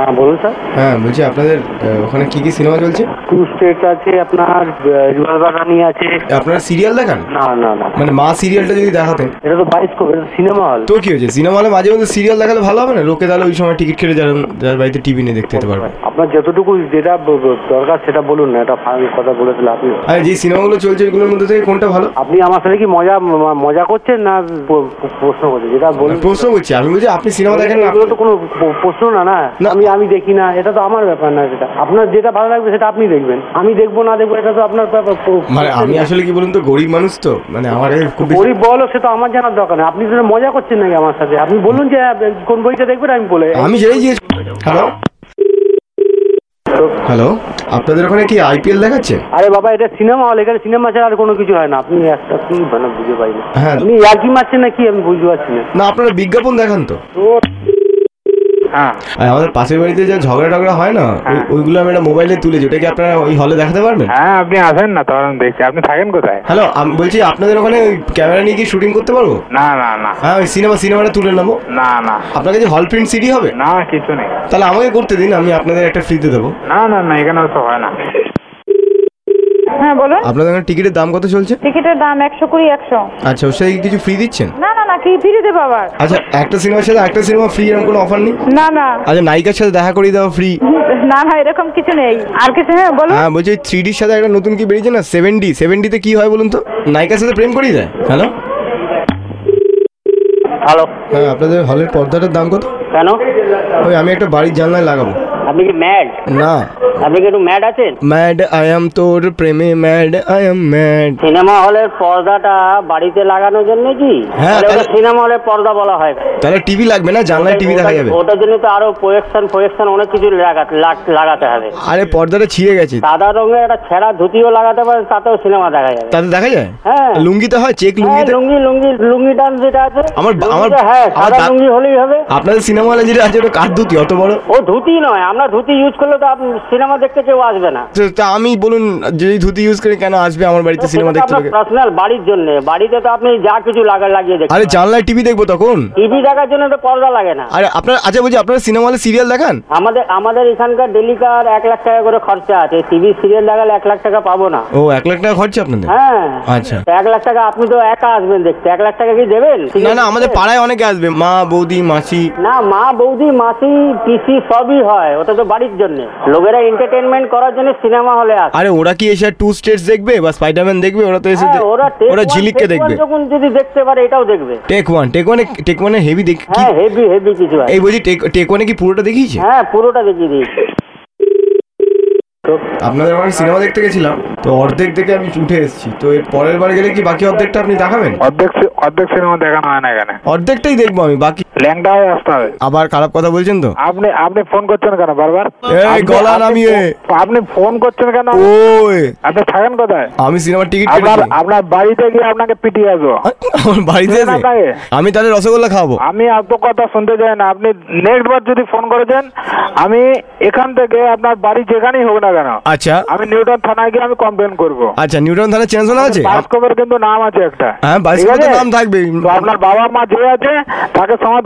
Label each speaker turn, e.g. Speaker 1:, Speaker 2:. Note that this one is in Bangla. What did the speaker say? Speaker 1: হ্যাঁ বলুন স্যার
Speaker 2: হ্যাঁ বলছি আপনাদের আহ, ওখানে কি কি সিনেমা চলছে
Speaker 1: টু স্টেট আছে আপনার রিভার রানী আছে
Speaker 2: আপনারা সিরিয়াল দেখান
Speaker 1: না না না
Speaker 2: মানে মা সিরিয়ালটা যদি দেখাতেন
Speaker 1: এটা তো বাইস্কোপ এটা সিনেমা হল
Speaker 2: তো কি হয়েছে সিনেমা হলে মাঝে মধ্যে সিরিয়াল দেখালে ভালো হবে না লোকে তাহলে ওই সময় টিকিট কেটে যারা যার বাড়িতে টিভি নিয়ে দেখতে যেতে পারবে
Speaker 1: আপনার যতটুকু যেটা ব- ব- দরকার সেটা বলুন না এটা ফাইনাল কথা বলে দিলে আপনি
Speaker 2: আর যে সিনেমাগুলো চলছে এগুলোর মধ্যে থেকে কোনটা ভালো
Speaker 1: আপনি আমার সাথে কি মজা ম- মজা করছেন না প- প- প্রশ্ন করছেন যেটা বলুন
Speaker 2: মানে
Speaker 1: মানে
Speaker 2: প্রশ্ন করছি আমি বলছি আপনি সিনেমা দেখেন না
Speaker 1: এগুলো তো কোনো প- প্রশ্ন না না
Speaker 2: না।
Speaker 1: আমি আমি দেখি না এটা তো আমার ব্যাপার না সেটা আপনার যেটা ভালো লাগবে সেটা আপনি দেখবেন আমি দেখবো না দেখবো এটা তো আপনার ব্যাপার প-
Speaker 2: মানে আমি আসলে কি বলুন তো গরিব মানুষ তো মানে আমার কাছে খুব বেশি
Speaker 1: গরিব বলো সে তো আমার জানার দরকার নেই আপনি তো মজা করছেন নাকি আমার সাথে আপনি বলুন যে আহ, কোন বইটা দেখবেন আমি বলে
Speaker 2: আমি সেটাই জিজ্ঞেস হ্যালো হ্যালো আপনাদের ওখানে কি আইপিএল দেখাচ্ছেন
Speaker 1: আরে বাবা এটা সিনেমা হল এখানে সিনেমা ছাড়া আর কোনো কিছু হয় না আপনি একটা কি মানে বুঝে পাই না
Speaker 2: হ্যাঁ।
Speaker 1: আপনি আর কি মারছেন না কি আমি বুঝতে পারছি না
Speaker 2: না আপনারা বিজ্ঞাপন দেখান তো
Speaker 1: হ্যাঁ
Speaker 2: আর আমাদের পাশের বাড়িতে যা ঝগড়া টগড়া হয় না ওই- ওইগুলো আমি একটা মোবাইলে তুলেছি ওটা কি আপনারা ওই হলে দেখাতে পারবেন
Speaker 3: হ্যাঁ আপনি আসেন না তখন আমি দেখছি আপনি থাকেন কোথায়
Speaker 2: হ্যালো আমি বলছি আপনাদের ওখানে ওই ক্যামেরা নিয়ে কি শুটিং করতে পারবো
Speaker 3: না না না
Speaker 2: হ্যাঁ ওই সিনেমা সিনেমাটা তুলে নেবো
Speaker 3: না না
Speaker 2: আপনার কাছে হল প্রিন্ট সিডি হবে
Speaker 3: না কিছু নেই
Speaker 2: তাহলে আমাকে করতে দিন আমি আপনাদের একটা ফ্রিতে দেবো
Speaker 3: না না না এখানে ওসব হয় না
Speaker 4: হ্যাঁ বলুন
Speaker 2: আপনাদের ওখানে টিকিটের দাম কত চলছে
Speaker 4: টিকিটের দাম একশো কুড়ি একশো
Speaker 2: আচ্ছা ওর সাথে কি কিছু ফ্রি দিচ্ছেন
Speaker 4: না না না কি ফিরে দেবো আবার
Speaker 2: আচ্ছা একটা সিনেমার সাথে একটা সিনেমা ফ্রি এরকম কোনো অফার নেই
Speaker 4: না না
Speaker 2: আচ্ছা নায়িকার সাথে দেখা করিয়ে দেওয়া ফ্রি
Speaker 4: না না এরকম কিছু নেই আর কিছু হ্যাঁ বলুন
Speaker 2: হ্যাঁ বলছি ওই থ্রি ডির সাথে একটা নতুন কি বেরিয়েছে না সেভেন ডি সেভেন ডিতে কি হয় বলুন তো নায়িকার সাথে প্রেম করিয়ে দেয় হ্যালো
Speaker 1: হ্যালো
Speaker 2: হ্যাঁ আপনাদের হলের পর্দাটার দাম কত
Speaker 1: কেন
Speaker 2: ওই আমি একটা বাড়ির জানলায় লাগাবো
Speaker 1: আপনি কি ম্যাড
Speaker 2: না
Speaker 1: আপনি কি একটু ম্যাড আছেন
Speaker 2: ম্যাড আই অ্যাম তোর প্রেমে mad I am mad
Speaker 1: cinema হলের পর্দাটা বাড়িতে লাগানোর জন্য কি
Speaker 2: হ্যাঁ,
Speaker 1: তাহলে ওটা
Speaker 2: তাহলে-
Speaker 1: সিনেমা হলের পর্দা বলা হয়
Speaker 2: তাহলে টিভি লাগবে না জানলায় টিভি দেখা যাবে
Speaker 1: ওটার জন্য তো আরো প্রোজেকশন প্রোজেকশন অনেক কিছু লাগাতে লাগ- লাগাতে হবে
Speaker 2: আরে পর্দাটা ছিঁড়ে গেছে
Speaker 1: সাদা রঙের একটা ছেঁড়া ধুতিও লাগাতে পারেন তাতেও সিনেমা দেখা যাবে
Speaker 2: তাতে দেখা যায়
Speaker 1: হ্যাঁ।
Speaker 2: লুঙ্গিতে হয় চেক
Speaker 1: হ্যাঁ
Speaker 2: লুঙ্গিতে
Speaker 1: লুঙ্গি লুঙ্গি লুঙ্গি ডান্স যেটা আছে
Speaker 2: আমার বা- আমার-
Speaker 1: লুঙ্গিটা, হ্যাঁ
Speaker 2: আমার
Speaker 1: সাদা
Speaker 2: দা-
Speaker 1: লুঙ্গি হলেই হবে
Speaker 2: আপনাদের সিনেমা হলে যেটা আছে ওটা কার ধুতি অত বড়
Speaker 1: ও ধুতি নয় আমরা ধুতি ইউজ করলে তো আপনি সিনেমা দেখতে কেউ আসবে না
Speaker 2: তো- তা আমি বলুন যদি ধুতি ইউজ করে কেন আসবে আমার বাড়িতে সিনেমা দেখতে লোকে?
Speaker 1: পার্সোনাল বাড়ির জন্য বাড়িতে তো আপনি যা কিছু লাগা লাগিয়ে
Speaker 2: আরে
Speaker 1: দেখেন
Speaker 2: জানলায় টিভি দেখবো তখন
Speaker 1: টিভি দেখার জন্য তো পর্দা লাগে না
Speaker 2: আরে আপনার আচ্ছা বলছি আপনারা সিনেমা হলে সিরিয়াল দেখান
Speaker 1: আমাদের আমাদের এখানকার ডেলিকার এক লাখ টাকা করে খরচা আছে টিভি সিরিয়াল দেখালে এক লাখ টাকা পাবো না
Speaker 2: ও এক লাখ টাকা খরচা আপনাদের
Speaker 1: হ্যাঁ
Speaker 2: আচ্ছা।
Speaker 1: তো এক লাখ টাকা আপনি তো একা আসবেন দেখতে এক লাখ টাকা কি দেবেন
Speaker 2: না না আমাদের পাড়ায় অনেকে আসবে মা বৌদি মাসি
Speaker 1: না মা বৌদি মাসি পিসি সবই হয় ওটা তো বাড়ির জন্য লোকেরা এন্টারটেনমেন্ট করার জন্য সিনেমা হলে আসে
Speaker 2: আরে ওরা কি এসে টু স্টেটস দেখবে বা স্পাইডারম্যান দেখবে ওরা তো এসে
Speaker 1: হ্যাঁ,
Speaker 2: দে-
Speaker 1: ওরা take
Speaker 2: আচ্ছা, ওরা
Speaker 1: one,
Speaker 2: ঝিলিককে
Speaker 1: take one
Speaker 2: দেখবে
Speaker 1: যখন যদি দেখতে পারে এটাও দেখবে
Speaker 2: টেক ওয়ান টেক ওয়ানে টেক ওয়ানে হেভি দেখ কি
Speaker 1: হ্যাঁ হেভি হেভি কিছু আছে।
Speaker 2: এই বলছি টেক টেক ওয়ানে কি পুরোটা দেখিয়েছে
Speaker 1: হ্যাঁ পুরোটা দেখিয়ে দিয়েছি
Speaker 2: আপনাদের ওখানে সিনেমা দেখতে গেছিলাম তো অর্ধেক দেখে আমি উঠে এসেছি তো এর পরের বার গেলে কি বাকি অর্ধেকটা আপনি দেখাবেন
Speaker 3: অর্ধেক সি- অর্ধেক সিনেমা দেখানো হয় না এখানে
Speaker 2: অর্ধেকটাই দেখবো আমি বাকি
Speaker 3: ল্যাংটা হয়ে আসতে হবে
Speaker 2: আবার খারাপ কথা বলছেন তো
Speaker 3: আপনি আপনি ফোন করছেন কেন বারবার
Speaker 2: এই,
Speaker 3: আপনি-
Speaker 2: গলা
Speaker 3: আপনি
Speaker 2: নামিয়ে।
Speaker 3: ফো- আপনি ফোন করছেন কেন
Speaker 2: ওই
Speaker 3: আপনি থাকেন কোথায়
Speaker 2: আমি সিনেমার টিকিট
Speaker 3: আপনার
Speaker 2: কেটেছি
Speaker 3: আপনার বাড়িতে গিয়ে আপনাকে পিটিয়ে আসবো
Speaker 2: আমার বাড়িতে এসে?
Speaker 3: না, গায়ে।
Speaker 2: আমি তাহলে রসগোল্লা খাবো
Speaker 3: আমি এত কথা শুনতে চাই না আপনি নেক্সট বার যদি ফোন করেছেন আমি এখান থেকে আপনার বাড়ি যেখানেই হোক না কেন
Speaker 2: আচ্ছা
Speaker 3: আমি নিউটন থানায় গিয়ে আমি কমপ্লেন করবো
Speaker 2: আচ্ছা নিউটন ধারা চেঞ্জ না আছে
Speaker 3: বাসকবের কিন্তু নাম আছে একটা
Speaker 2: হ্যাঁ, বাসকবের তো
Speaker 3: ঠিক আছে?
Speaker 2: নাম থাকবেই।
Speaker 3: তো আপনার বাবা মা যে আছে তাকে সমাজ